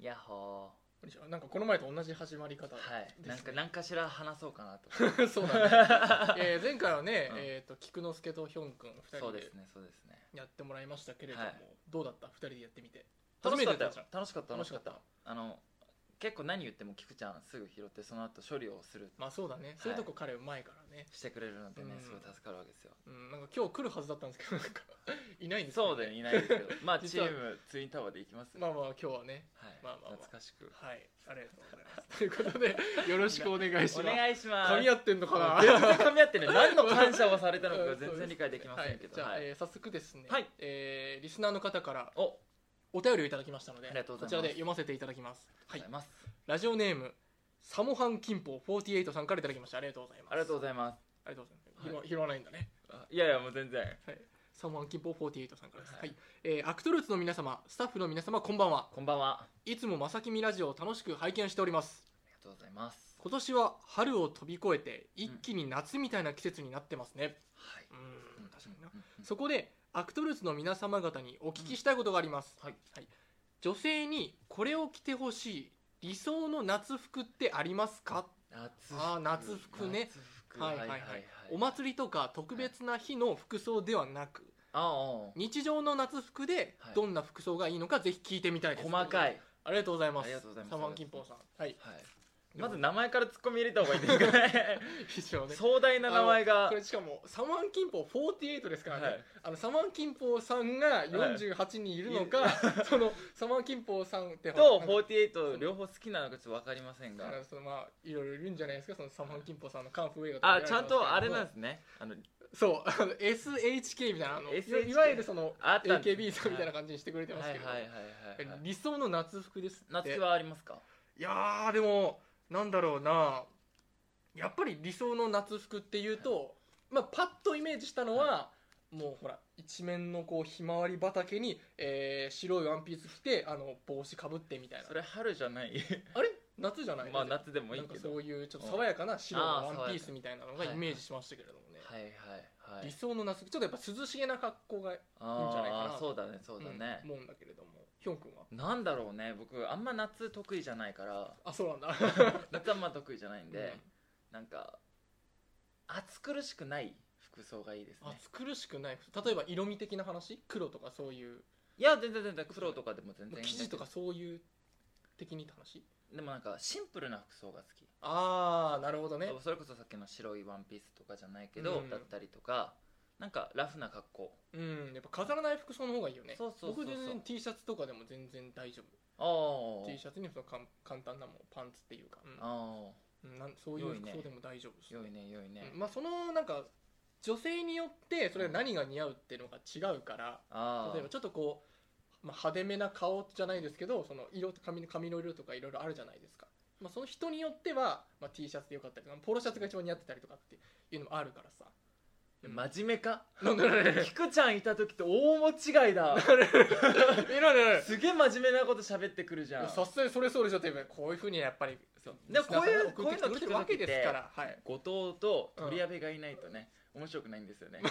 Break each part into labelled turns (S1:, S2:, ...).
S1: ヤッホ
S2: 何しろなんかこの前と同じ始まり方
S1: ー
S2: で
S1: はい、
S2: すね
S1: なんか何かしら話そうかな と
S2: そうだね、 えー前回はね、
S1: うん
S2: えー、と菊之助とヒョン君2
S1: そ
S2: 人
S1: うで
S2: です
S1: ねそうですね
S2: やってもらいましたけれども、
S1: はい
S2: どうだった2人でやってみて
S1: 楽しかった
S2: や
S1: よ
S2: じゃん
S1: 楽しかった楽しかった
S2: 楽しか
S1: あの結構何言っても菊ちゃんすぐ拾ってその後処理をする
S2: まあそうだね、そういうとこ彼うまいからね、
S1: してくれるのでね
S2: うん
S1: すごい助かるわけです よ
S2: うん、なんか今日来るはずだったんですけどなんか いないんですよ
S1: そうだよいないですけどまあチ
S2: 実は
S1: ームツインタワーで行きます
S2: まあまあ今日はね
S1: はい
S2: まあまあまあ
S1: 懐かしく
S2: はいありがとうござい ますということでよろしくお願いし
S1: お
S2: ます
S1: 願いします
S2: 噛み合ってんのかな
S1: 全然噛み合ってね何の感謝をされた のか全然理解できませんけ
S2: じ
S1: ど
S2: ゃあ、
S1: はい
S2: えー早速ですね、
S1: はい
S2: えーリスナーの方から
S1: おあ
S2: お便りをいただきましたので
S1: ありがとうござい
S2: こ
S1: ます
S2: ちらで読ませていただきますは
S1: りがとう
S2: い
S1: ございます
S2: ラジオネームサモハンキンポ48さんからいただきましたありがとうございます
S1: ありがとう
S2: う
S1: ございます
S2: ありがとうございます、拾わ拾わないんだね
S1: あいやいやもう全然
S2: サモハンキンポ48さんからです、は
S1: はい
S2: いえーアクトルーツの皆様スタッフの皆様こんばんは
S1: こんばんはあ
S2: いつもまさきみラジオを楽しく拝見しております
S1: りがとうございます
S2: 今年は春を飛び越えて一気に夏みたいな季節になってますね
S1: はい
S2: うん
S1: うん
S2: 確かにな
S1: うんうん
S2: そこでアクトルーツの皆様方にお聞きしたいことがあります、
S1: はい
S2: 女性にこれを着てほしい理想の夏服ってありますか
S1: 夏服
S2: あー夏服ね
S1: 夏服はいはいはいはい
S2: お祭りとか特別な日の服装ではなく、
S1: ああ
S2: 日常の夏服で
S1: はい
S2: どんな服装がいいのかぜひ聞いてみたいです
S1: 細かい
S2: ありがとうございます
S1: ありがとうございます
S2: サマンキンポンさんはい
S1: はいまず名前から突っ込み入れた方がいいんですか ね
S2: 一応ね
S1: 壮大な名前が
S2: これしかもサマンキンポ48ですからね、
S1: はい
S2: あのサマンキンポさんが48人いるのか、そのサマンキンポさんって
S1: と
S2: なんか
S1: 48両方好きなのかちょっと分かりませんが
S2: だからそのまあいろいろいるんじゃないですかそのサマンキンポさんのカンフー映画か
S1: あ
S2: 見られ
S1: ちゃん
S2: てますけど
S1: とあれなんですねあの
S2: そうあの SHK みたいなあの
S1: SHK
S2: いわゆるその
S1: あったんです
S2: AKB さんみたいな感じにしてくれてます
S1: は
S2: け
S1: い
S2: ど、
S1: はいはいはいはい
S2: 理想の夏服ですって
S1: 夏はありますか
S2: いやーでもなんだろうなやっぱり理想の夏服っていうと、まあ、パッとイメージしたのは、もうほら一面のこうひまわり畑に、えー白いワンピース着てあの帽子かぶってみたいな
S1: それ春じゃない
S2: あれ夏じゃない
S1: まあ夏でもいい
S2: なん
S1: け
S2: か
S1: ど
S2: そういうちょっと爽やかな白
S1: あー
S2: のワンピ
S1: 爽や
S2: ース
S1: か
S2: みたいなのが
S1: はい
S2: イメージしましたけれどもね、
S1: はいはいはい
S2: 理想の夏服ちょっとやっぱ涼しげな格好がいいんじゃないかな
S1: ああーそうだねそうだね
S2: うん思うんだけれどもヒョン君は
S1: なんだろうね僕あんま夏得意じゃないから
S2: あそうなんだ
S1: 夏あんま得意じゃないんで
S2: うん
S1: なんか暑苦しくない服装がいいですね
S2: 暑苦しくない例えば色味的な話黒とかそういう
S1: いや全然全然黒とかでも全然いいんだけ
S2: 生
S1: ど
S2: 地とかそういう的にって話
S1: でもなんかシンプルな服装が好き
S2: ああなるほどね
S1: それこそさっきの白いワンピースとかじゃないけど、
S2: うん
S1: だったりとかなんかラフな格好
S2: うんやっぱ飾らない服装の方がいいよね
S1: そうそうそうそう
S2: 僕全然 T シャツとかでも全然大丈夫
S1: ああ
S2: T シャツにそのかん簡単なもんパンツっていうか、うん
S1: あ
S2: うん、なんそういう
S1: 良いね
S2: 服装でも大丈夫です
S1: あ良いね良いね、
S2: うんまあそのなんか女性によってそれは何が似合うっていうのが違うから、
S1: ああ
S2: 例えばちょっとこう、まあ、派手めな顔じゃないですけどその色と髪の髪の色とかいろいろあるじゃないですか、まあ、その人によっては、まあ、T シャツでよかったりとかポロシャツが一番似合ってたりとかっていうのもあるからさ
S1: 真面目 か
S2: なんだろうね
S1: 菊ちゃんいた時と大間違い だ
S2: えらいらい
S1: すげえ真面目なこと喋ってくるじゃん
S2: さすがにそれそれじゃてこういうふうにやっぱり
S1: そうでもこういう
S2: 送ってきてく
S1: こういうの聞く
S2: れてる
S1: 時って
S2: わけですから、はい、
S1: 後藤と鳥矢部がいないとね、面白くないんですよね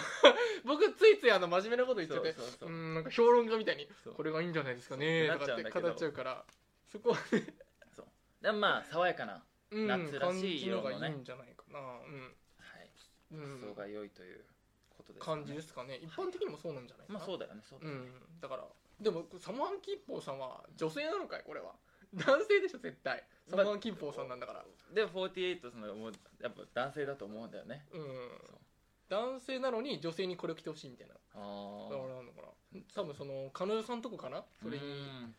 S2: 僕ついついあの真面目な こと言っち
S1: そ
S2: ゃっ
S1: う
S2: て
S1: そうそうう、
S2: んなんか評論家みたいに
S1: そう
S2: これがいいんじゃないですかね
S1: そう
S2: とかって
S1: なっちゃうんだけど
S2: 語っちゃうからそこはね
S1: でもまあ爽やかな、は
S2: うん
S1: 夏らしい色のね
S2: 感じがいいんじゃないかなうん、
S1: い、
S2: うん、
S1: 服装が良いということですかね
S2: 感じですかね一般的にもそうなんじゃないかな、
S1: まあそうだよねそうだ
S2: う
S1: よね、
S2: んだからでもサモハン・キンポーさんは女性なのかいこれは 男性でしょ絶対サモハン・キンポーさんなんだから、
S1: で48そのもうやっぱ男性だと思うんだよね
S2: うん
S1: そう
S2: 男性なのに女性にこれを着てほしいみたいな
S1: あ
S2: あ
S1: あ
S2: れなのかな多分その彼女さんとこかなそれに
S1: うん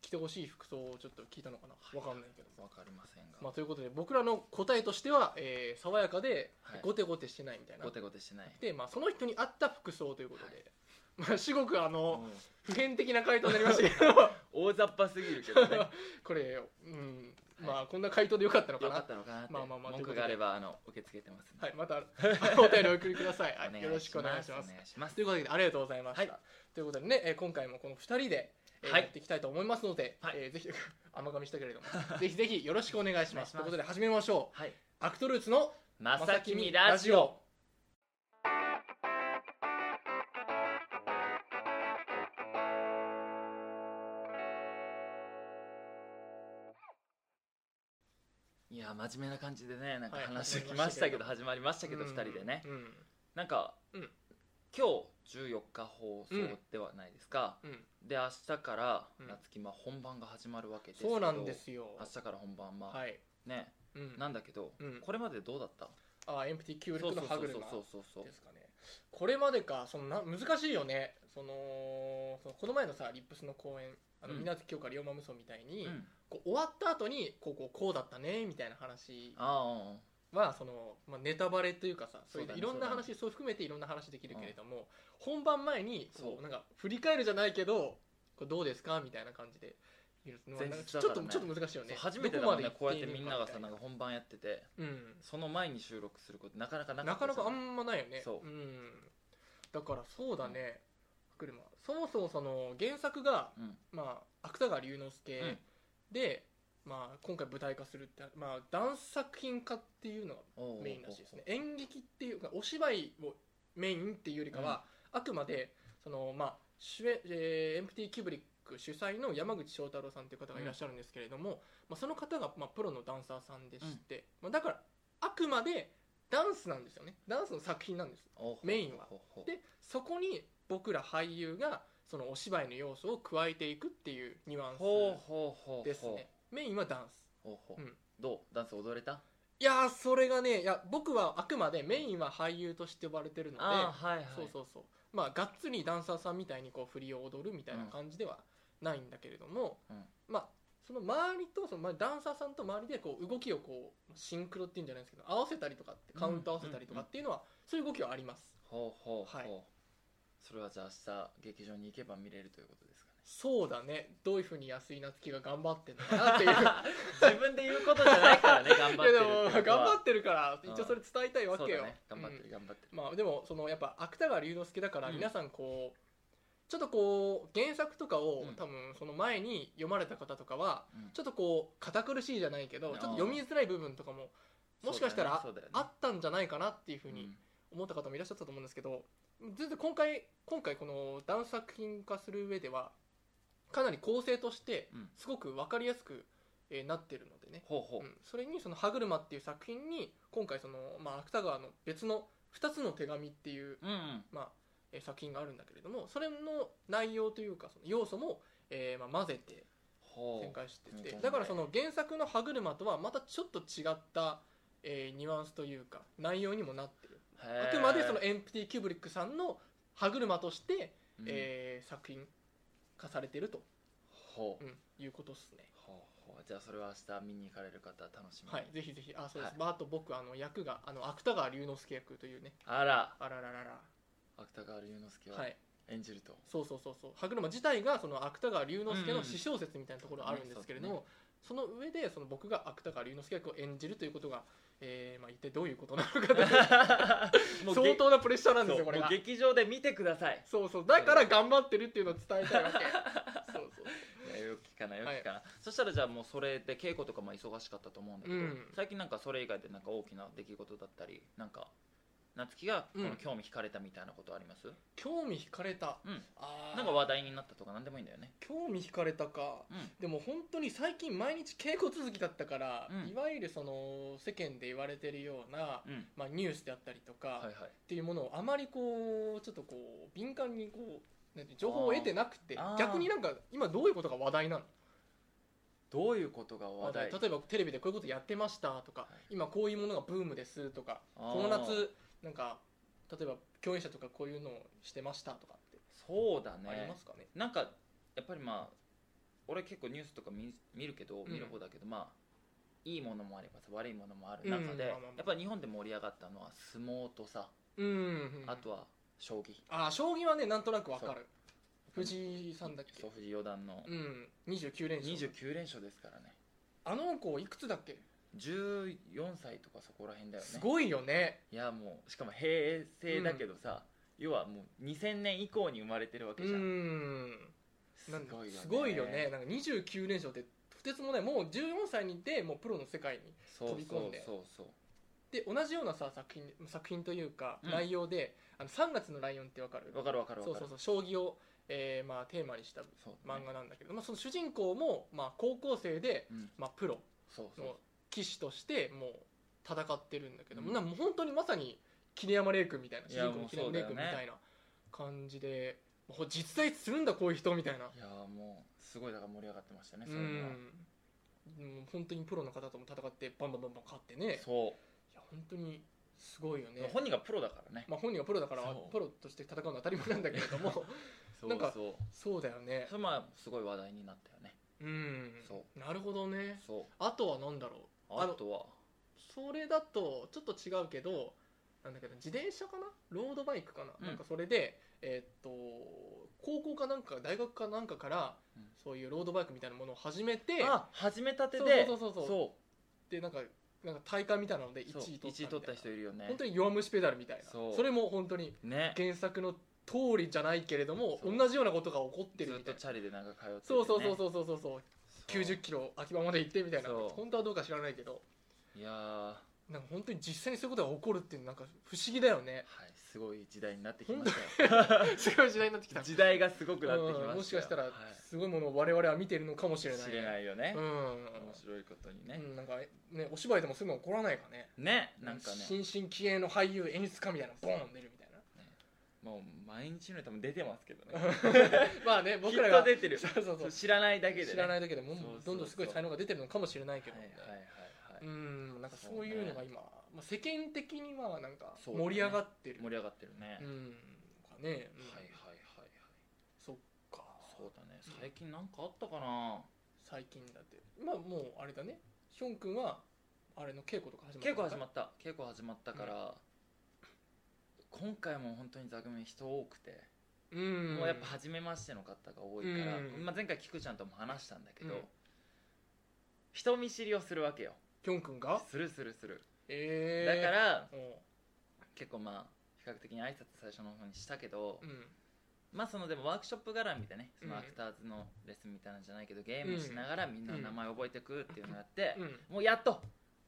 S2: 着てほしい服装をちょっと聞いたのかなわかんないけど、
S1: わかりませんが、
S2: まあ、ということで僕らの答えとしては、えー爽やかで
S1: はい
S2: ゴテゴテしてないみたいな、
S1: ごてごてしない
S2: で、まあ、その人に合った服装ということで、まあ、至極あの、
S1: うん
S2: 普遍的な回答になりましたけど
S1: 大雑把すぎるけどね よ
S2: これ、うん、まあこんな回答でよかったのかな
S1: かったのかなって
S2: まあまあまあ
S1: 文句があればあの受け付けてますんで
S2: はい、また お便りお送りく ださい、はいよろしくお願いします
S1: お願いします
S2: ということでありがとうございました、
S1: はい
S2: ということでね、えー今回もこの2人で、えー
S1: はい
S2: やっていきたいと思いますので、
S1: はい
S2: えーぜひ 甘噛みしたけ れどもぜひぜひよろしくお願いしま
S1: お願いします
S2: すということで始めましょ
S1: はいう
S2: アクトルーツの
S1: まさきみラジオいや真面目な感じでねなんか
S2: はい
S1: 話してきましたけど、
S2: は
S1: 始まりましたけど、
S2: うん
S1: 二人でね
S2: うん
S1: なんか、
S2: うん
S1: 今日14日放送ではないですか、
S2: うん
S1: で明日から
S2: うん
S1: 夏希まあ本番が始まるわけですけど
S2: そうなんですよ
S1: 明日から本番まあ、
S2: はい
S1: ね
S2: うん
S1: なんだけど、
S2: うん
S1: これまでどうだった
S2: あエンプティキュー
S1: そ
S2: ブ
S1: う
S2: リ
S1: そ
S2: ッ
S1: う
S2: ク
S1: そう
S2: の歯車
S1: そうそうそう
S2: ですかねこれまでかそのな難しいよねそのそのこの前のさリップスの公演あの、
S1: うん
S2: 水無月京香龍馬無双みたいに、
S1: うん
S2: こう終わった後にこうこうこうだったねみたいな話
S1: あ
S2: はその、まあ、ネタバレというかさそういう
S1: そうだね
S2: いろんな話そう,、含めていろんな話できるけれども、本番前にこ
S1: そう
S2: うなんか振り返るじゃないけどこれどうですかみたいな感じで言うのは
S1: 前日
S2: なんか
S1: だか
S2: ちょっ
S1: ら
S2: と
S1: ね
S2: ちょっと難しいよ
S1: あ、そ
S2: ね
S1: う初めてだもんね
S2: ど
S1: こう
S2: ま
S1: や
S2: で
S1: ってみんながさなんか本番やってて
S2: 行っていいのかみたいなうん
S1: その前に収録することなかなかなか
S2: な
S1: った
S2: か
S1: じ
S2: な
S1: ゃ
S2: かあんまないよね、
S1: そうん
S2: だからそうだね、車そもそもその原作が、
S1: うん
S2: まあ、芥川龍之介
S1: うん
S2: で、まあ、今回舞台化するって、まあ、ダンス作品化っていうのが
S1: おうおうおう
S2: メインらしいですね演劇っていうかお芝居をメインっていうよりかは、あくまでその、まあ、主演えーエンプティ・キューブリック主催の山口翔太郎さんという方がいらっしゃるんですけれども、まあ、その方が、まあ、プロのダンサーさんでして、まあ、だからあくまでダンスなんですよねダンスの作品なんです
S1: おうほう
S2: メインは
S1: ほうほうほう
S2: でそこに僕ら俳優がそのお芝居の要素を加えていくっていうニュアン
S1: ほう
S2: ス
S1: ほうほう
S2: ですねメインはダンス
S1: ほうほう
S2: うん
S1: どうダンス踊れた
S2: いやーそれがねいや僕はあくまでメインは俳優として呼ばれてるので
S1: あーはいはい
S2: そうそうそうまあがっつりダンサーさんみたいにこう振りを踊るみたいな感じではないんだけれども、
S1: うん
S2: まあその周りとそのまあダンサーさんと周りでこう動きをこうシンクロっていうんじゃないですけど合わせたりとかってカウント合わせたりとかっていうのは、そういう動きはあります
S1: ほうほうほう、
S2: はい
S1: それはじゃあ明日劇場に行けば見れるということですかね
S2: そうだねどういうふうに安井夏樹が頑張ってんのか なっていういや
S1: 自分で言うことじゃないから ね頑張ってる
S2: でも
S1: ってこと
S2: 頑
S1: は
S2: 張ってるから
S1: うん
S2: 一応それ伝えたいわけ
S1: そ
S2: よ、
S1: うだね頑張ってる頑張ってる、
S2: うんまあでもそのやっぱ芥川龍之介だから
S1: うん
S2: 皆さんこう、ちょっとこう原作とかを、
S1: うん
S2: 多分その前に読まれた方とかは
S1: うん
S2: ちょっとこう堅苦しいじゃないけど
S1: あ
S2: ちょ
S1: ー
S2: っと読みづらい部分とかももしかしたら
S1: そうだよね
S2: あったんじゃないかなっていうふう
S1: そうだよ
S2: に
S1: ね
S2: 思った方もいらっしゃったと思うんですけど全然今回今回このダンス作品化する上ではかなり構成として
S1: うん
S2: すごく分かりやすくえーなってるのでね、
S1: ほうほう、
S2: うんそれにその「歯車」っていう作品に今回その、まあ、芥川の別の「2つの手紙」っていう、
S1: うんうん
S2: まあえー作品があるんだけれどもそれの内容というかその要素も、えーまあ、混ぜて
S1: ほう
S2: 展開して
S1: う
S2: て
S1: ん
S2: だからその原作の「歯車」とはまたちょっと違った、えーニュアンスというか内容にもなってる
S1: へ
S2: あ
S1: ー
S2: くまでそのエンプティ・キューブリックさんの歯車として、
S1: うん
S2: えー作品化されてると、
S1: ほう、
S2: うんいうことですね
S1: ほうほうじゃあそれは明日見に行かれる方楽しみに、
S2: はい、ぜひぜひあそうで
S1: はい
S2: す、まあ、あと僕あの役があの芥川龍之介役というね
S1: あら
S2: あらららら
S1: 芥川龍之介を
S2: はい
S1: 演じる と、
S2: そうそうそうそう歯車自体がその芥川龍之介の私小説みたいなところがあるんですけれども、
S1: うん
S2: その上でその僕が芥川龍之介役を演じるということが、えーまあ、一体どういうことなのかとい う
S1: もうげ
S2: 相当なプレッシャーなんで
S1: そ
S2: す
S1: う
S2: よこれ
S1: も
S2: が
S1: う劇場で見てください
S2: そうそうだから頑張ってるっていうのを伝えた いわけそうそう
S1: いやよく聞かないよく
S2: はい
S1: 聞かない、そしたらじゃあもうそれで稽古とかも忙しかったと思うんだけど、
S2: うん
S1: 最近なんかそれ以外でなんか大きな出来事だったりなんか夏希がこ
S2: う
S1: の
S2: ん
S1: 興味惹かれたみたいなことあります、
S2: 興味惹かれた
S1: うん
S2: あー
S1: なんか話題になったとかなんでもいいんだよね
S2: 興味惹かれたか
S1: うん
S2: でも本当に最近毎日稽古続きだったから、
S1: うん
S2: いわゆるその世間で言われてるような、
S1: うん
S2: まあ、ニュースであったりとか、
S1: はいは
S2: っ
S1: い
S2: ていうものをあまりこうちょっとこう敏感にこうなんて情報を得てなくて
S1: あー
S2: 逆になんか今どういうことが話題なの
S1: どういうことが話題
S2: 例えばテレビでこういうことやってましたとか、
S1: い
S2: 今こういうものがブームですとか
S1: あー
S2: この夏なんか例えば共演者とかこういうのをしてましたとかって
S1: そうだ
S2: あり
S1: ね
S2: ますかね
S1: なんかやっぱりまあ俺結構ニュースとか見見るけど
S2: うん
S1: 見る方だけど、まあいいものもあればさ悪いものもある中で、
S2: うんまあまあまあ
S1: やっぱり日本で盛り上がったのは相撲とさ、
S2: うんうん
S1: あとは将棋
S2: あー将棋はねなんとなくわかる藤井さんだっけ
S1: そう藤井四段の
S2: うん29連勝
S1: 29連勝ですからね
S2: あの子いくつだっけ
S1: 14歳とかそこら辺だよね
S2: すごいよね
S1: いやもうしかも平成だけどさ、要はもう2000年以降に生まれてるわ
S2: う
S1: けじゃん、
S2: ん
S1: す
S2: なんか
S1: ごいよね
S2: すごいよねなんか29連勝ってとてつもないもう14歳にいてもうプロの世界に
S1: そう
S2: 飛び
S1: そ
S2: 込
S1: うん
S2: で
S1: そうそう
S2: で同じようなさ作品作品というか
S1: うん
S2: 内容で、あの3月のライオンってわかる
S1: わかるわかるわか
S2: そ
S1: る
S2: うそうそう将棋を、えーまあ、テーマにした
S1: そうだね
S2: 漫画なんだけど、まあ、その主人公も、まあ、高校生で、
S1: うん
S2: まあ、プロ
S1: そうそう
S2: の騎士としてもう戦ってるんだけども、
S1: うん
S2: なんかもう本当にまさに桐山礼君みたいない主
S1: や
S2: 人公の桐山礼君み
S1: もうそうだ
S2: た
S1: よ
S2: いな感じで、もう実在するんだこういう人みたいない
S1: やーもうすごいだから盛り上がってましたね
S2: う
S1: それは
S2: んもう本当にプロの方とも戦ってバンバンバンバン勝ってね
S1: そ
S2: いや本当にすごいよ
S1: う、
S2: ね
S1: 本人がプロだからね、
S2: まあ、本人はプロだから
S1: そう
S2: プロとして戦うのは当たり前なんだけれど も
S1: そう
S2: なんか
S1: そう
S2: そうだよね
S1: それまあすごい話題になったよね
S2: うん
S1: そ
S2: なるほどね
S1: そう
S2: あとは何だろうあ
S1: あ
S2: の
S1: とは
S2: それだとちょっと違うけどなんだけど自転車かなロードバイクかな,、
S1: うん
S2: なんかそれで、えーっと高校かなんか大学かなんかから、
S1: うん
S2: そういうロードバイクみたいなものを始めて
S1: あ始めたてで
S2: そうそうそうそうでなんかなんか大会みたいなので1
S1: そう
S2: 位取ったみ
S1: 1位取った人いるよね
S2: 本当に弱虫ペダルみたいな
S1: そう
S2: れも本当に
S1: ね
S2: 原作の通りじゃないけれども
S1: そう
S2: 同じようなことが起こって
S1: ず
S2: るみ
S1: った
S2: い
S1: と
S2: な
S1: チャリでなんか通ってて、ね、
S2: そうそうそう
S1: う
S2: そうそうそうそう90
S1: 90
S2: キロ秋葉まで行ってみたいな
S1: そう
S2: 本当はどうか知らないけど
S1: いやーは
S2: なんか本当に実際にそういうことが起こるっていうのなんか不思議だよ ね
S1: いすごい時代になってきましたよ
S2: すごい時代になってきた
S1: 時代がすごくなってきましたよ
S2: うんもしかした
S1: は
S2: ら
S1: い
S2: すごいものを我々は見てるのかもしれない
S1: 知れないよね
S2: う、ん
S1: 面白いことに
S2: う
S1: ね、
S2: んなんかねお芝居でもそういうの起こらないかね
S1: ねなんかね
S2: 新進気鋭の俳優演出家みたいなボーン出るみたいな
S1: もう毎日のように多分出てますけどね
S2: まあね僕ら
S1: きっ
S2: が
S1: と出てる
S2: そうそうそう
S1: 知らないだけで、ね、
S2: 知らないいだけでもう
S1: そうそうそう
S2: どんどんすごい才能が出てるのかもしれないけど
S1: は
S2: ね、
S1: いはいはいはい、
S2: うんなんかそういうのが今、まあ、世間的にはなんか
S1: そうだね
S2: 盛り上がってるう,、
S1: 盛り上がってるね、はい
S2: んかね、うん
S1: はいはいはい
S2: そっか
S1: そうだね最近なんかあったかな
S2: 最近だってまあもうあれだねヒョン君はあれの稽古とか始まった
S1: 稽古始ま
S2: っ
S1: った稽古始まったから、今回も本当に座組人多くて、
S2: たうん
S1: もうやっぱ初めましての方が多いから、
S2: うん
S1: まあ、前回菊ちゃんとも話したんだけど、
S2: うん
S1: 人見知りをするわけよ
S2: ヒョン君が
S1: するするする、
S2: ええ
S1: だから
S2: お
S1: 結構まあ比較的に挨拶最初の方にしたけど、
S2: ううん
S1: まあそのでもワークショップ絡みでねその
S2: うん
S1: アクターズのレッスンみたいなんじゃないけどゲームしながらみんなの名前覚えてくっていうのをやって、
S2: うん
S1: もうやっと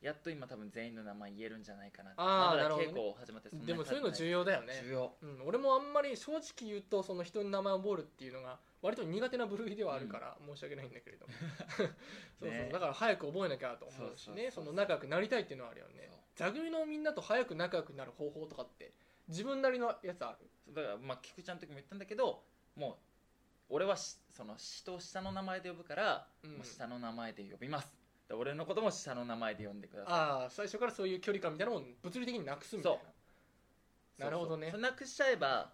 S1: やっと今多分全員の名前言えるんじゃないかなって
S2: あ
S1: ま
S2: ーな
S1: だ
S2: るほど
S1: 稽
S2: ね
S1: 古を始まってんな
S2: で
S1: に
S2: も
S1: 経
S2: そうい
S1: って
S2: うの
S1: ない
S2: 重要だよね
S1: 重要
S2: うん、俺もあんまり正直言うとその人の名前を覚えるっていうのが割と苦手な部類ではあるから申し訳ないんだけれ ども、そうそう、
S1: ね
S2: だから早く覚えなきゃと思うしね
S1: そ
S2: そ
S1: そう
S2: う
S1: そうそう
S2: の仲良くなりたいっていうのはあるよね座組のみんなと早く仲良くなる方法とかって自分なりのやつある
S1: そうだからまあ菊ちゃんの時も言ったんだけどもう俺はしその下を下の名前で呼ぶから、
S2: うん
S1: もう下の名前で呼びますだから俺のことも下の名前で呼んでください
S2: ああ最初からそういう距離感みたいなものを物理的になくすみたい
S1: そ
S2: ななるほどね
S1: そうそうそれなくしちゃえば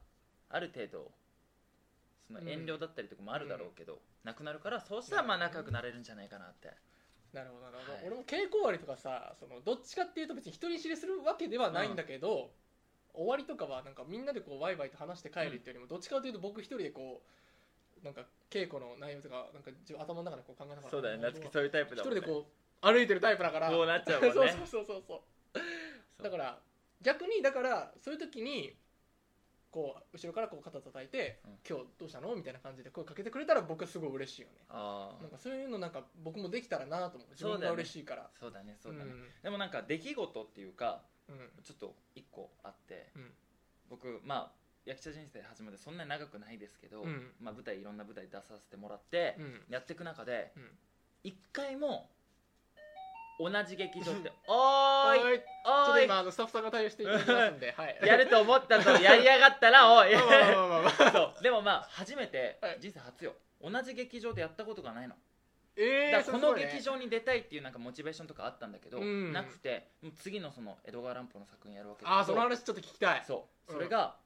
S1: ある程度その
S2: うん
S1: 遠慮だったりとかもあるだろうけど、なくなるからそうしたらまあ仲良くなれるんじゃないかなって、
S2: なるほどなるほど、
S1: はい
S2: 俺も稽古終わりとかさそのどっちかっていうと別に人見知りするわけではないんだけど、終わりとかはなんかみんなでこうワイワイと話して帰るっていうよりも、どっちかというと僕一人でこうなんか稽古の内容とかなんか自分頭の中でこう考えながら
S1: そうだよね夏
S2: 一
S1: 希そういうタイプだも
S2: 人
S1: んね
S2: でこう歩いてるタイプだから
S1: こうなっちゃうもんね
S2: そうそうそうそうそう
S1: そう
S2: だから逆にだからそういう時にこう後ろからこう肩叩いて、
S1: うん
S2: 今日どうしたのみたいな感じで声かけてくれたら僕はすごい嬉しいよね
S1: あ
S2: なん
S1: あ
S2: かそういうのなんか僕もできたらなと思う自
S1: そうだよね
S2: 分が嬉しいから
S1: そうだねそうだね、でもなんか出来事っていうか
S2: うんうん
S1: ちょっと一個あって、
S2: うん
S1: 僕まあ役者人生始まってそんなに長くないですけど、
S2: うん
S1: まあ、舞台いろんな舞台出させてもらって、
S2: うん
S1: やっていく中で
S2: うん
S1: 一回も同じ劇場 って「おーい
S2: はいちょっ
S1: お
S2: と
S1: ーい
S2: 今あのスタッフさんが対応していただきますんで はい
S1: やると思ったぞやりやがったなおい
S2: まあまあまあまあまあ
S1: そうでもまあ初めて
S2: はい
S1: 人生初よ同じ劇場でやったことがないの
S2: え
S1: だ
S2: え
S1: からこの劇場に出たいっていうなんかモチベーションとかあったんだけど、
S2: うん
S1: なくてもう次のその江戸川乱歩の作品やるわけだけど
S2: ああその話ちょっと聞きたい
S1: そう
S2: うん
S1: それが、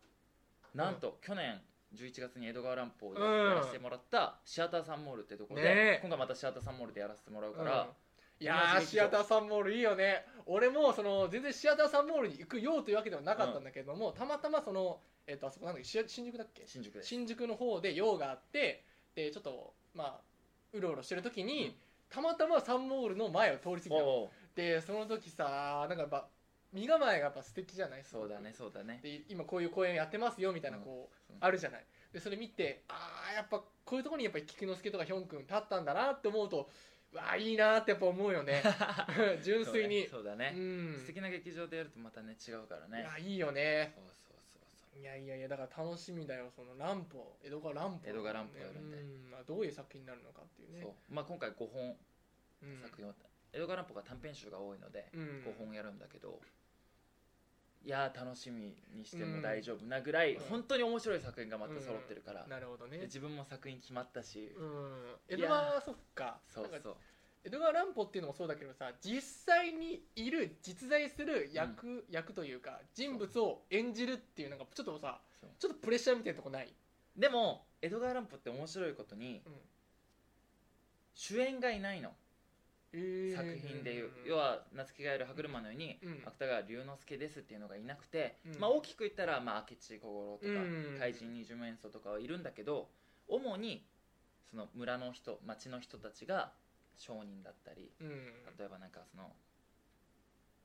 S1: なんと去年11月に江戸川乱歩を
S2: うん
S1: やらせてもらったシアターサンモールってところで、
S2: ねえ
S1: 今回またシアターサンモールでやらせてもらうか
S2: うん
S1: ら、
S2: いや
S1: 同じ
S2: ー
S1: 劇
S2: シ
S1: 場
S2: アターサンモールいいよね俺もその全然シアターサンモールに行くよというわけではなかったんだけども、たまたまその、えっとあそこなんだっけし新宿だっけ
S1: 新宿で
S2: 新宿の方で用があってでちょっとまあうろうろしてる時に、
S1: うん
S2: たまたまサンモールの前を通り過ぎたの
S1: おう
S2: でその時さなんかやっぱ身構えがやっぱ素敵じゃないすご
S1: そ
S2: く
S1: うだねそうだね
S2: で今こういう公演やってますよみたいな
S1: うん
S2: こう、
S1: うん
S2: あるじゃないでそれ見てああやっぱこういうところにやっぱり菊之助とかヒョン君立ったんだなって思うとわあいいなってやっぱ思う よね純粋に
S1: そうだねそうだね、
S2: ん
S1: 素敵な劇場でやるとまたね違うからね
S2: いやいいよね
S1: そうそうそうそう
S2: いやいやいやだから楽しみだよその乱歩江戸川乱歩
S1: 江戸川乱歩やるんで
S2: うんまあ、どういう作品になるのかっていうね
S1: そうまあ、今回5本
S2: うん
S1: 作品を江戸川乱歩が短編集が多いので、
S2: うん
S1: こう本やるんだけどいやー楽しみにしても大丈夫なぐらい、
S2: うん
S1: 本当に面白い作品がまた揃ってるから、
S2: なるほど
S1: で
S2: ね
S1: 自分も作品決まったし、
S2: うん江戸川そっか
S1: そう
S2: なんか
S1: そう
S2: 江戸川乱歩っていうのもそうだけどさ実際にいる実在する役,、役というか人物を演じるっていうなんかちょっとさ
S1: そう
S2: ちょっとプレッシャーみたいなとこない、
S1: でも江戸川乱歩って面白いことに
S2: うん
S1: 主演がいないの、
S2: えー
S1: 作品でいう、要は夏木がやる歯車のように、
S2: うん
S1: 芥川龍之介ですっていうのがいなくて、
S2: うん
S1: まあ、大きく言ったら、まあ、明智小五郎とか、
S2: うん
S1: 怪人二十面相とかはいるんだけど主にその村の人町の人たちが商人だったり
S2: うん
S1: 例えばなんかその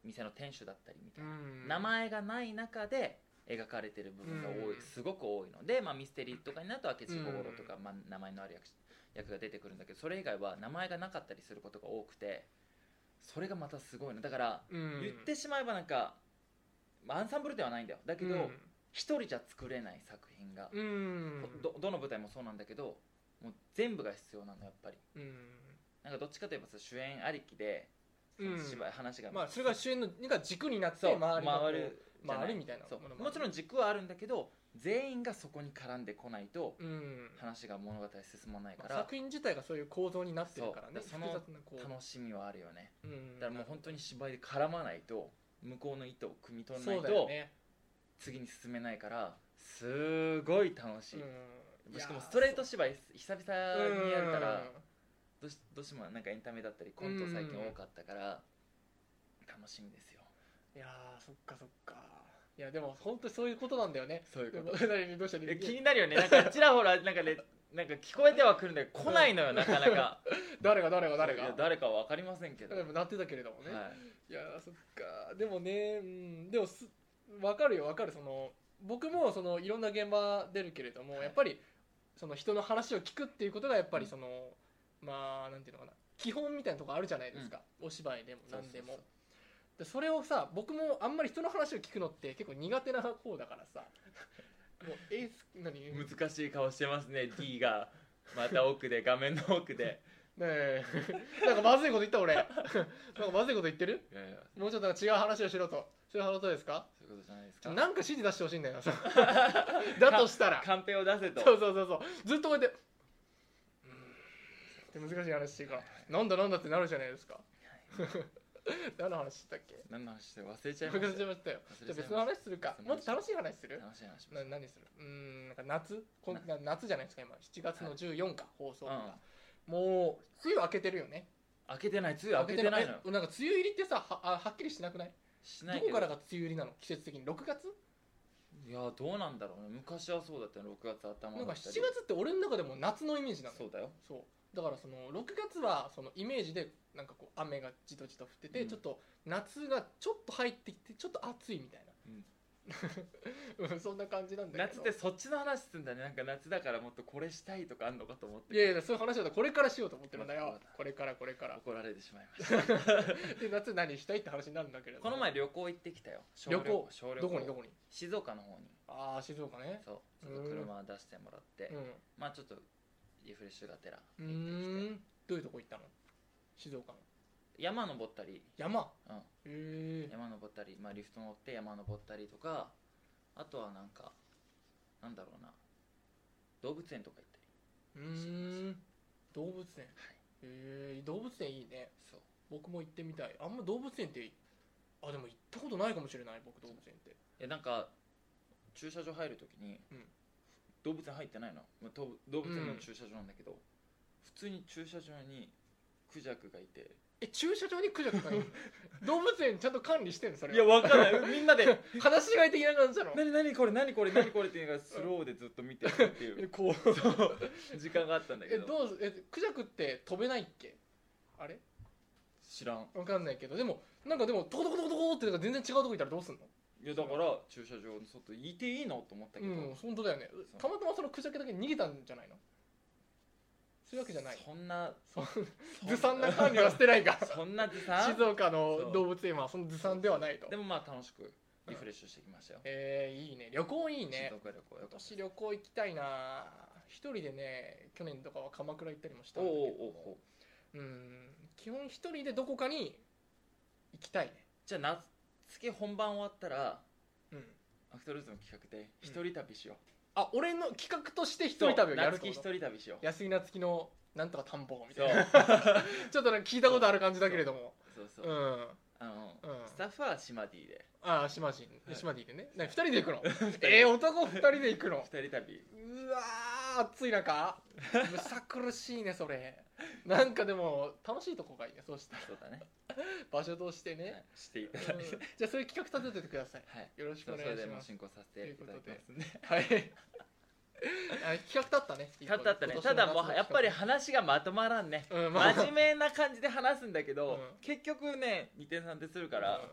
S1: 店の店主だったりみた
S2: う
S1: いな、
S2: ん
S1: 名前がない中で描かれてる部分が多い、
S2: うん
S1: すごく多いので、まあ、ミステリーとかになると明智小五郎とか、
S2: う
S1: まあ、名前のある役役が出てくるんだけどそれ以外は名前がなかったりすることが多くてそれがまたすごいのだから、
S2: うん
S1: 言ってしまえばなんか、まあ、アンサンブルではないんだよだけど
S2: うん
S1: 一、人じゃ作れない作品が、
S2: うん
S1: どどの舞台もそうなんだけどもう全部が必要なのやっぱり
S2: うん
S1: なんかどっちかといえばさ主演ありきで、その
S2: うん
S1: 芝居話が
S2: まあそれが主演のが軸になって
S1: そ
S2: 周
S1: う
S2: りがこう
S1: 回るじゃな
S2: 回るみたいな
S1: そう
S2: ものもある
S1: もちろん軸はあるんだけど全員がそこに絡んでこないと
S2: うん
S1: 話が物語進まないから
S2: まあ作品自体がそういう構造になってるからね
S1: そうだからその
S2: 複雑なこう
S1: 楽しみはあるよね
S2: うん
S1: だからもう本当に芝居で絡まないと向こうの意図を汲み取らな
S2: そ
S1: いう
S2: だよ
S1: と
S2: ね
S1: 次に進めないからすごい楽しい
S2: うん
S1: しかもストレート
S2: い
S1: 芝居久
S2: や
S1: 々にやるから
S2: うん
S1: どうしどうしてもなんかエンタメだったりコント最近多かったから楽しみですよ
S2: いやーそっかそっかいやでも本当にそういうことなんだよね
S1: そういう
S2: で
S1: こ
S2: も
S1: と
S2: 何どうした
S1: え気になるよねなんかちらほらなんかねなんか聞こえてはくるんだけど来ないのよなかなか
S2: 誰が誰が誰
S1: いや
S2: が
S1: 誰かは分かりませんけど、
S2: でもなってたけれどもね、
S1: はい
S2: いやーそっかでもね、うん、でもす分かるよ分かるその僕もそのいろんな現場出るけれども、
S1: はい
S2: やっぱりその人の話を聞くっていうことがやっぱり
S1: うん
S2: その、まあなんていうのかな基本みたいなとこあるじゃないですか、お芝居でも
S1: そうそう
S2: 何
S1: そ
S2: で
S1: う
S2: もでそれをさ僕もあんまり人の話を聞くのって結構苦手な方だ からさもうえす何ね
S1: 難しい顔してますね D がまた奥で 画面の奥で
S2: えなんかまずいこと言った俺 なんかまずいこと言ってる
S1: いやいや
S2: もうちょっとなんか違う話をしろとそういうことですか
S1: そういうことじゃないです
S2: ちょ
S1: か
S2: なんか指示出してほしいんだよな だとしたら
S1: カンペを出せと
S2: そうそうそうそうずっとこうやってうーんって難しい話してるからなんだなんだってなるじゃないですか何の話したっけ
S1: 何の話して忘れちゃいま
S2: 忘
S1: し
S2: れ
S1: た
S2: ちゃいましたよ
S1: 忘れちゃいました
S2: じゃあ別の話するか
S1: 別の
S2: も
S1: 話
S2: っと楽しい話する
S1: 楽しい話しま
S2: な
S1: し
S2: 何するうーんなんか夏こんな夏じゃないですか今7月の14日放送
S1: た、うん
S2: が、もう梅雨明けてるよね
S1: 開けてない梅雨開けてないのよ
S2: えなんか梅雨入りってさはあはっきりしてなくない
S1: しない
S2: ど
S1: け
S2: こから
S1: ど
S2: が梅雨入りなの季節的に6月
S1: いやどうなんだろうね昔はそうだったの6月頭
S2: なんか
S1: だ
S2: 7
S1: っ
S2: 月
S1: た
S2: っ
S1: り
S2: て俺の中でも夏のイメージなの
S1: そうだよ
S2: そうだからその6月はそのイメージでなんかこう雨がじとじと降ってて、
S1: うん
S2: ちょっと夏がちょっと入ってきてちょっと暑いみたいな、 うん、そんな感じなんだけ
S1: 夏っ
S2: ど
S1: てそっちの話すんだねなんか夏だからもっとこれしたいとかあんのかと思って
S2: いやいやそういう話はこれからしようと思ってるんだ
S1: そう
S2: よ
S1: だ
S2: これからこれから
S1: 怒られてしまいました
S2: で夏何したいって話になるんだけれど
S1: この前旅行行ってきたよ小
S2: 旅行
S1: 小旅行
S2: どこにどこに
S1: 静岡の方に
S2: ああ静岡ね
S1: そうちょっと車出してもらって、
S2: うん
S1: まあちょっとリフレッシュがてら
S2: う
S1: 行ってき
S2: ー
S1: て
S2: んどういうとこ行ったの静岡の
S1: 山登ったり、
S2: 山
S1: うん、
S2: へえ
S1: 山登ったり、まあ、リフト乗って山登ったりとかあとはなんかなんだろうな動物園とか行ったり
S2: うーん動物園へ
S1: はい
S2: え動物園いいね
S1: そう
S2: 僕も行ってみたいあんま動物園ってあでも行ったことないかもしれない僕動物園って
S1: えなんか駐車場入るときに、
S2: うん
S1: 動物園入ってないの、まあ、動物動物園の駐車場なんだけど、普通に駐車場にクジャクがいて
S2: え駐車場にクジャクが いる動物園ちゃんと管理してんのそれ
S1: わかんないみんなで
S2: 話し合い的な感じなの
S1: 何何これ何これ何これっていうのがスローでずっと見てるってい
S2: え
S1: う
S2: こう
S1: 時間があったんだけ
S2: え
S1: ど
S2: どうえクジャクって飛べないっけあれ
S1: 知らん
S2: わかんないけどでもなんかでもトコトコトコトコってなんか全然違うとこいたらどうすんの
S1: いやだから駐車場の外いていいのと思ったけ
S2: う
S1: ど、
S2: ん本当だよね
S1: そう
S2: たまたまそのクジャクだけ逃げたんじゃないのそういうわけじゃない
S1: そんな
S2: そん
S1: そん
S2: ずさんな管理はしてないか
S1: そんなずさん
S2: 静
S1: そ
S2: 岡の
S1: う
S2: 動物園はそのずさんではないと
S1: でもまあ楽しくリフレッシュしてきましたよ、
S2: えー、いいね旅行いいね
S1: 静岡旅行よかっ
S2: 私旅行行きたいな一人でね去年とかは鎌倉行ったりもした
S1: たお
S2: ん
S1: う
S2: だけど
S1: おうおうおう
S2: うん基本一人でどこかに行きたいね
S1: じゃあ夏月本番終わったら
S2: うん
S1: アクトルーズの企画で一人旅しよう、
S2: あ俺の企画として一人旅をやる
S1: そ
S2: って
S1: う夏
S2: こと
S1: 木一人旅しよう
S2: 安井夏樹のなんとか探訪みた
S1: そ
S2: いうなちょっとなんか聞いたことある感じだけれども
S1: そうそうう、
S2: んうん
S1: あのスタッフはシマディで
S2: ああ島人
S1: はい
S2: 島人でね何二人で行くの
S1: 人で
S2: えー、男二人で行くの
S1: 二人旅
S2: うわー暑い中むさ苦しいねそれなんかでも楽しいとこがいいねそうしたら
S1: そうだね
S2: 場所として
S1: は
S2: ね、
S1: いしていた
S2: うん
S1: だいて、
S2: じゃあそういう企画立ててください
S1: はい
S2: よろし
S1: そ
S2: くお
S1: うそ
S2: 願
S1: れで
S2: いし
S1: もう
S2: ます
S1: 進行させていただきますんで
S2: はい あ企画立ったね
S1: ただったねただもうやっぱり、話がまとまらんね
S2: うんまあ
S1: 真面目な感じで話すんだけど、
S2: うん
S1: 結局ね二点三点するから、
S2: うん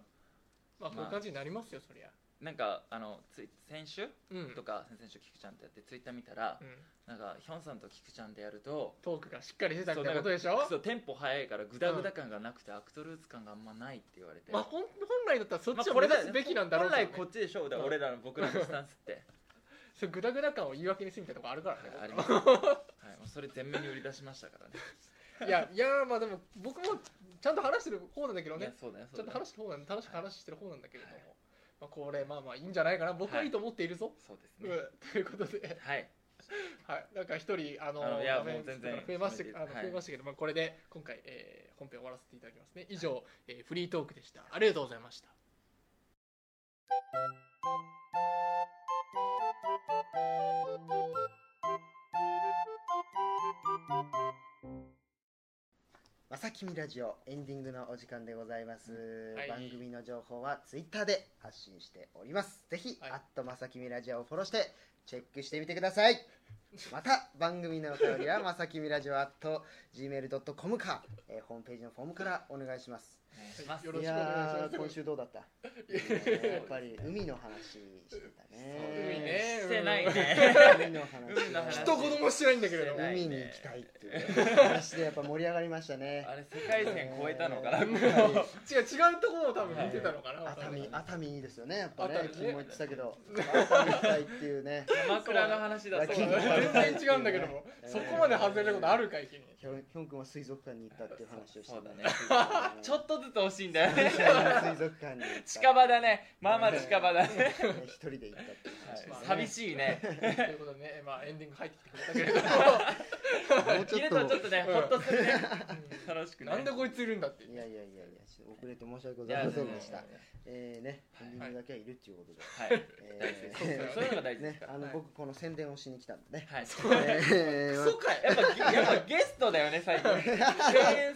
S2: まあこういう感じになりますよ、そりゃ
S1: なんかあのつい先週
S2: うん
S1: とか先々週菊ちゃんとやってツイッター見たら、
S2: うん
S1: なんかヒョンさんと菊ちゃんでやると
S2: トークがしっかり出たみたいなことでしょ
S1: そうテンポ早いからグダグダ感がなくて、アクトルーツ感があんまないって言われて、
S2: まあ、本本来だったらそっ
S1: まあ
S2: ちを目指すべきなんだろう
S1: 本
S2: け
S1: 来
S2: ど、ね
S1: こっちでしょだから
S2: うん
S1: 俺らの僕らのスタンスって
S2: そうグダグダ感を言い訳にするみたいなとこあるからね
S1: はいあります、はい、もうそれ全面に売り出しましたからね
S2: いやいやまあでも僕もちゃんと話してる方なんだけど
S1: いや
S2: ね
S1: そうだよ
S2: ちゃ
S1: そうん
S2: と
S1: だよ
S2: 話してる方なん楽しく話してる方なんだけれども、
S1: はい
S2: まあ、これまあまあいいんじゃないかな僕はいいと思っているぞ、
S1: そうです
S2: うん
S1: ね、
S2: ということで、
S1: はい
S2: はい、なんか一人あの
S1: あのいや
S2: 画面
S1: もう全然
S2: 増えました
S1: 決
S2: あ
S1: めて
S2: の増
S1: はい
S2: えましたけど、まあ、これで今回、えー本編終わらせていただきますね以上、えーフリートークでしたありがとうございました
S3: まさきみラジオエンディングのお時間でございます、
S2: はい
S3: 番組の情報はツイッターで発信しておりますぜひ、
S2: はい
S3: アットまさきみラジオをフォローしてチェックしてみてくださいまた番組のお便 りはまさきみラジオ at gmail.com か、えーホームページのフォームからお願いします
S1: お願いします
S2: よろしくお願いします
S3: やー今週どうだった、
S1: すね
S3: やっぱり海の話してた
S2: 海
S3: ね
S2: ね
S1: してないね
S3: 海の話
S1: 海の話
S2: 一言もしてないんだけれど
S1: して
S2: も
S1: ない
S3: 海に行きたいっていう話でやっぱ盛り上がりましたね
S1: あれ世界線超えたのかな、
S3: えー
S2: 違う違うところを多分見てたのかな、
S3: 熱海熱海いいですよねやっぱね
S2: 熱海ね
S3: 君も言ってたけど熱海行きたいっていう ね
S1: 鎌倉の話だそう
S3: そうだね
S2: 全然違うんだけども、
S3: えー
S2: そこまで外れることあるかい君
S3: ヒョンヒョン君は水族館に行ったっていう話をして
S1: そうだね
S3: た
S1: ちょっとずつ欲しいんだよね
S3: 水族館に行った
S1: 近場だねまあまあ近場だね、
S3: ね一人で行ったっていう話
S1: は
S3: も
S1: い
S3: ね
S1: 寂しいね
S2: ということでね、まあ、エンディング入ってきてくれたけれども、
S3: も う
S1: 切
S3: ちょ
S1: れ
S3: った
S1: らちょっ
S3: と
S1: とね、
S2: うん
S1: ほっとするね楽しく
S2: うん
S1: ね
S2: なんでこいついるんだって
S3: いやいやいやいやちょっと遅れて申し訳ご
S1: い
S3: ざい
S1: や
S3: ま
S1: で
S3: せ
S1: も
S3: んでしたえーね
S1: はい
S3: エンディングだけはいるっていうことで
S1: はい
S3: え
S2: そうです
S1: そ
S2: よ
S1: ういうのが大
S3: ー
S1: 事です
S3: ね
S1: から
S3: あの
S2: はい
S3: 僕この宣伝をしに来たんでね
S1: はい
S3: え
S2: ク
S3: ー
S2: ソかい
S1: やっぱやっぱゲストだよね最近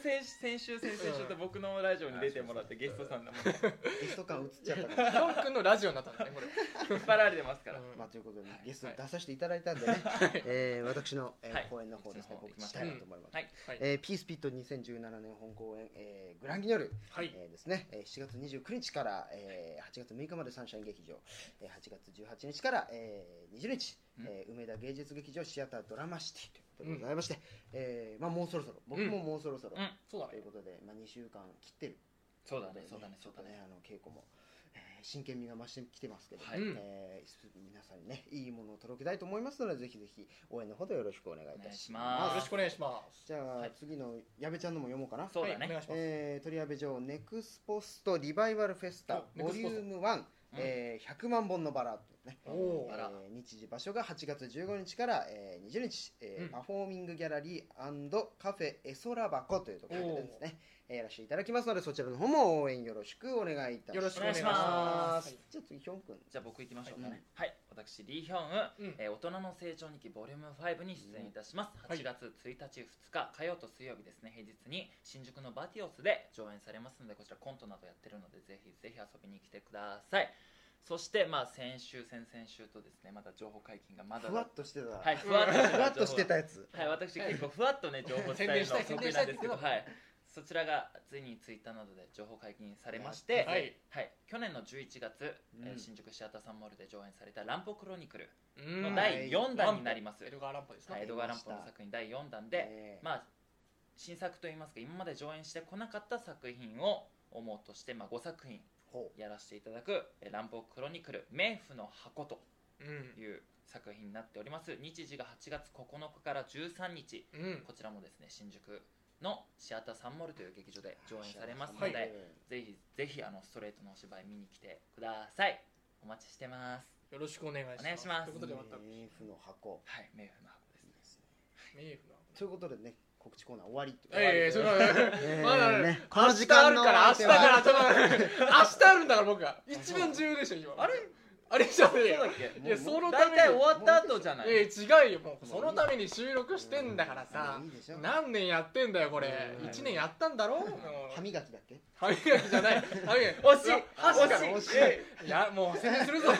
S1: 先先週先々週と僕のラジオに出てもらってゲストさんだもんね
S3: ゲスト感映っちゃったから
S2: ヒョン君のラジオになったんだねこれ
S1: 引っ張られてますから
S2: うん
S3: まあ、ということで、ね
S1: はい
S3: ゲストに
S2: はい
S3: 出させていただいたんでね、えー私の、えー
S1: はい
S3: 公演の方ですね、
S1: そっちの方行き
S3: 告知
S1: ま
S3: し
S1: しょ
S3: た
S1: う
S3: いなと思います。
S1: はい
S2: はい
S3: えーピースピット2017年本公演、えーグランギニョル、
S2: はい
S3: えーですね、えー7月29日から、えー8月6日までサンシャイン劇場、えー8月18日から、えー20日、
S1: うん
S3: えー梅田芸術劇場シアタードラマシティということでございまして、えーまあ、もうそろそろ僕ももうそろそろ、
S1: うん
S2: そうだ
S3: とい
S2: ね
S3: うことで、まあ、2週間切ってる
S1: そうだねそうだねそうだ
S3: ちょっ
S1: ね
S3: とあの稽古も、えー真剣味が増してきてますけど、
S1: はい
S2: うん
S3: えー皆さんにねいいものを届けたいと思いますのでぜひぜひ応援のほどよろしくお願いいたし
S1: お
S3: ま
S1: 願い
S2: よ
S3: す
S2: ろしくお願いします
S3: じゃあ、
S1: はい
S3: 次の矢部ちゃんのも読もうかな
S1: そうだ
S2: はいお願
S1: ね
S2: いします
S3: えー、鳥矢部城ネクスポストリバイバルフェスタ
S2: おネ
S3: ボ
S2: クス
S3: リ
S2: ポ
S3: ュ
S2: スト
S3: ーム1、えー100万本のバラというね
S2: おお
S3: え
S2: ー
S1: バラ
S3: ー日時場所が8月15日から、えー20日、えー
S2: うん
S3: パフォーミングギャラリーカフェエソラバコというところでですね、えーやらせていただきますのでそちらの方も応援よろしくお願いいたしま
S2: よろしくお
S3: す
S2: 願いし
S1: お願いし
S2: ま
S1: ます
S3: じゃあ次ヒョン君
S1: じゃあ僕行きましょうか
S3: は
S1: ね
S3: い
S1: はい私リヒョンウ
S2: うん
S1: えー大人の成長日記ボリューム5に出演いたします
S2: うんはい
S1: 8月1日2日火曜と水曜日ですね平日に新宿のバティオスで上演されますのでこちらコントなどやってるのでぜひぜひ遊びに来てくださいそしてまあ先週先々週とですねまだ情報解禁がまだ
S3: ふわっとして
S1: は
S3: た、
S1: い
S3: ふ
S1: ふわっとした情報
S3: わっとしてたや
S1: はい、私結
S3: つ
S1: 構ふわっとね情報伝えるの
S2: 宣
S1: 得意
S2: 伝した
S1: ないんで
S2: 宣伝したい
S1: すけど、はい、そちらがついにツイッターなどで情報解禁されまし
S3: は
S1: て、
S2: いはい
S1: 去年の11月、えー
S3: うん
S1: 新宿シアターサンモールで上演された「ランポクロニクル
S2: う」
S1: の
S2: ん
S3: は
S1: 第
S3: い
S1: 4弾になります、
S2: エルガーランポです
S1: はい、
S2: ね
S1: エドガー・ランポの作品第4弾で、
S3: えー
S1: まあ、新作といいますか今まで上演してこなかった作品を思うとして、まあ、5作品
S3: ほ
S1: やらせていただく「えーランポクロニクル冥府の箱」と
S2: うん
S1: いう作品になっております日時が8月9日から13日
S2: うん
S1: こちらもですね新宿のシアターサンモルという劇場で上演されますの
S2: は
S1: で、
S2: い
S1: ぜひぜひあのストレートのお芝居見に来てくださいお待ちしてます
S2: よろしくお願いします
S1: お願いします
S2: ということでまた
S3: 名婦の箱
S1: はい冥府の箱です
S3: いい
S2: 名
S3: ですね
S2: 誉な
S3: ということでね告知コーナー終わりって
S2: ええそれは
S3: えー
S2: まだ
S3: ねこ
S2: 明
S3: の時
S2: 日あ
S3: 間
S2: る
S3: の
S2: から明日
S3: 手
S2: か
S3: は
S2: ら頭が明日あるんだから僕は一番重要でしょ今
S1: あれ
S2: あれじゃねえよ
S1: そうだっけ
S2: いやそのた
S1: 大
S2: め
S1: 体終
S2: に
S1: わった後じゃない、
S2: ええ違うよもうそのために収録してんだからさ
S3: いいでしょ
S2: 何年やってんだよこれ
S3: うん
S2: 1年やったんだろもう
S3: 歯磨きだっけ
S2: 歯磨きじゃない歯磨き
S1: 惜しい
S2: 確かに
S3: 惜しい
S2: ええいやもう宣伝するぞ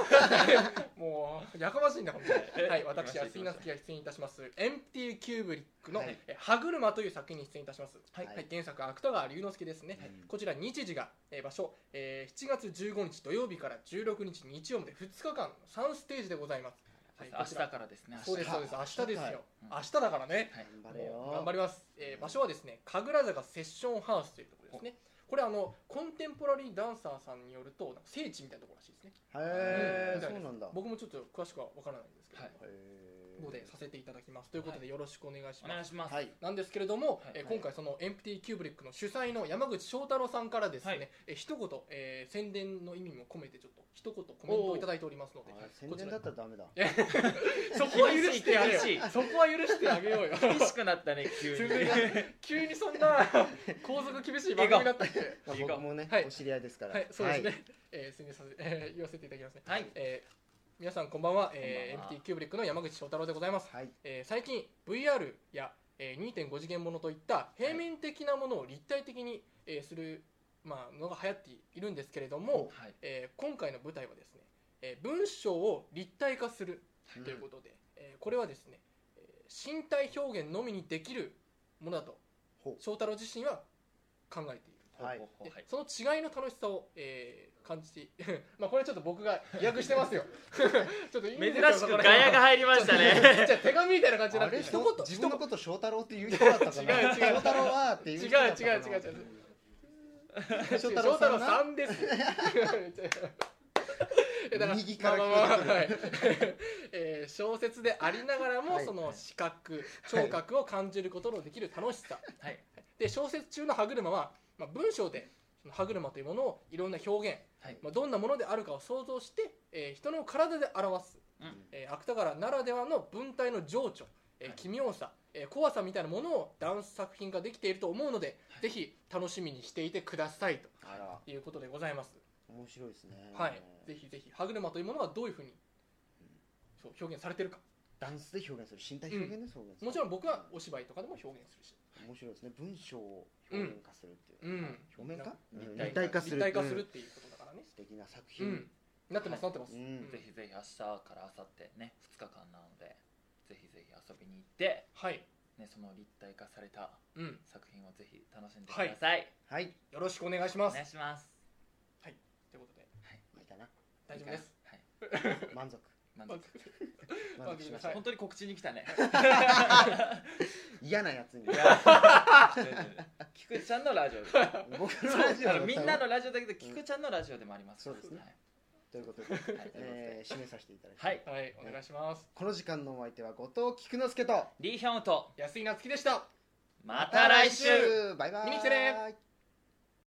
S2: もうやかましいんだ本当にはい私安井なつきが出演いたします「エンティーキューブリック」の
S3: はい
S2: え「歯車」という作品に出演いたします
S3: は
S2: はいい原作は芥川龍之介ですね
S3: はい
S2: こちら日時がえー場所えー7月15日土曜日から16日日曜日で2日間3ステージでございますはい
S1: 明
S2: こ
S1: 日
S2: ち
S1: かららですね
S2: そうですそうです明日ですよ
S1: うん
S2: 明日だからね
S1: はい
S3: 頑張れよ
S2: 頑張ります、えー場所はですね神楽坂セッションハウスというところですねこれあのコンテンポラリーダンサーさんによるとなんか聖地みたいなところらしいですね
S3: へえ
S2: うん
S3: そうなんだ
S2: 僕もちょっと詳しくは分からないんですけど、
S1: はい
S3: へー
S2: ここでさせていただきますということでよろしくお願いし
S1: お
S2: ます、
S1: 願いします、
S3: はい
S2: なんですけれども、
S1: はい
S2: えー今回そのエンプティキューブリックの主催の山口翔太郎さんからですね、
S1: はい
S2: えー一言、えー宣伝の意味も込めてちょっと一言コメントをいただいておりますので
S3: あ宣伝だったらダメだ
S2: そこは許してやれよ
S1: 厳しい
S2: そこは許してあげよう よ
S1: 厳しくなったね急
S2: 急
S1: に
S2: に急にそんな 皇族厳しい番組だったっ け
S3: まあ僕もね
S2: はい
S3: お知り合いですから
S2: はい、そうですね。えー、宣伝させ、えー、言わせていただきますね。
S1: はい
S2: えー皆さんこんばんは、え
S1: こんばんは
S2: ー、MT キューブリックの山口翔太郎でございます、
S3: はい
S2: えー最近 VR や、えー、2.5次元ものといった平面的なものを立体的に、えーする、まあのが流行っているんですけれども、
S1: はい
S2: えー今回の舞台はですね、えー文章を立体化する
S3: うん
S2: ということで、えーこれはですね、えー身体表現のみにできるものだと
S3: ほう
S2: 翔太郎自身は考えている
S3: はい
S1: ほうほうほう
S2: でその違いの楽しさを、えー感じて まあこれはちょっと僕が予約してますよ ちょっといいんですよ
S1: 珍し
S2: そ
S1: く
S2: こら
S1: ガ
S2: 辺は
S1: ヤが入りましたね
S2: じゃあ手紙みたいな感じじゃ
S3: あ
S2: なく
S3: れ
S2: て一言
S3: 自
S2: 一言
S3: 分のこと翔太郎って言う人だったかな
S2: 違う違う
S3: 翔太郎はっていう
S2: 違う違う
S3: 人だったかな
S2: 違う違う
S3: 翔
S2: 翔太
S3: 太郎
S2: 郎
S3: さ
S2: さ
S3: ん
S2: ん
S3: な
S2: です
S3: 右から
S2: まあまあまあはいえー小説でありながらも、
S3: はい
S2: その視覚聴覚を感じることのできる楽しさ、
S1: はい
S2: で小説中の歯車は、まあ、文章でその歯車というものをいろんな表現、
S1: はい
S2: まあ、どんなものであるかを想像して、えー人の体で表す、
S1: うん
S2: えー芥川ならではの文体の情緒、えー
S1: はい
S2: 奇妙さ、えー怖さみたいなものをダンス作品ができていると思うので、ぜひ楽しみにしていてくださいと
S3: あら
S2: いうことでございます、
S3: 面白いですね
S2: はい、ぜひぜひ歯車というものがどういうふうにそう表現されてるか
S3: ダンスで表現する身体表現で表現する
S2: もちろん僕はお芝居とかでも表現するし
S3: 面白いですね文章を表現化するっていう
S2: う、ん
S3: 表面化うん
S1: 立
S3: 立体化する
S2: 立体化するっ
S3: うん
S2: ていうことだからね
S3: 素敵な作
S2: う
S3: 品、
S2: んなってますなってます
S3: うん
S1: ぜひぜひ明日から明後日ね2日間なのでぜひぜひ遊びに行って、
S2: はい
S1: ね、その立体化された
S2: うん
S1: 作品をぜひ楽しんでください、
S3: はい
S2: よろしくお願いしま
S1: お
S2: す
S1: 願いします
S2: ということで
S3: いいかな
S2: 大丈夫です
S1: はい
S3: 満
S1: 満
S3: 足
S1: 足
S3: 満足しました
S2: はい
S1: 本当に告知に来た ね
S3: 嫌なやつに
S1: いや菊池ちゃんのラジオです
S3: 僕のラジオ
S1: あ
S3: だったら
S1: のみんなのラジオだけど菊池ちゃんのラジオでもあります
S3: そうですね
S1: はい
S3: ということで、
S1: はいということで
S3: えー、締めさせていただきます
S1: はい
S2: はいお願いします
S3: この時間のお相手は後藤菊之助と
S1: リーヒョンウと
S2: 安井なつきでした
S1: また来週
S3: バイバ
S2: 見
S3: イ
S2: に来てね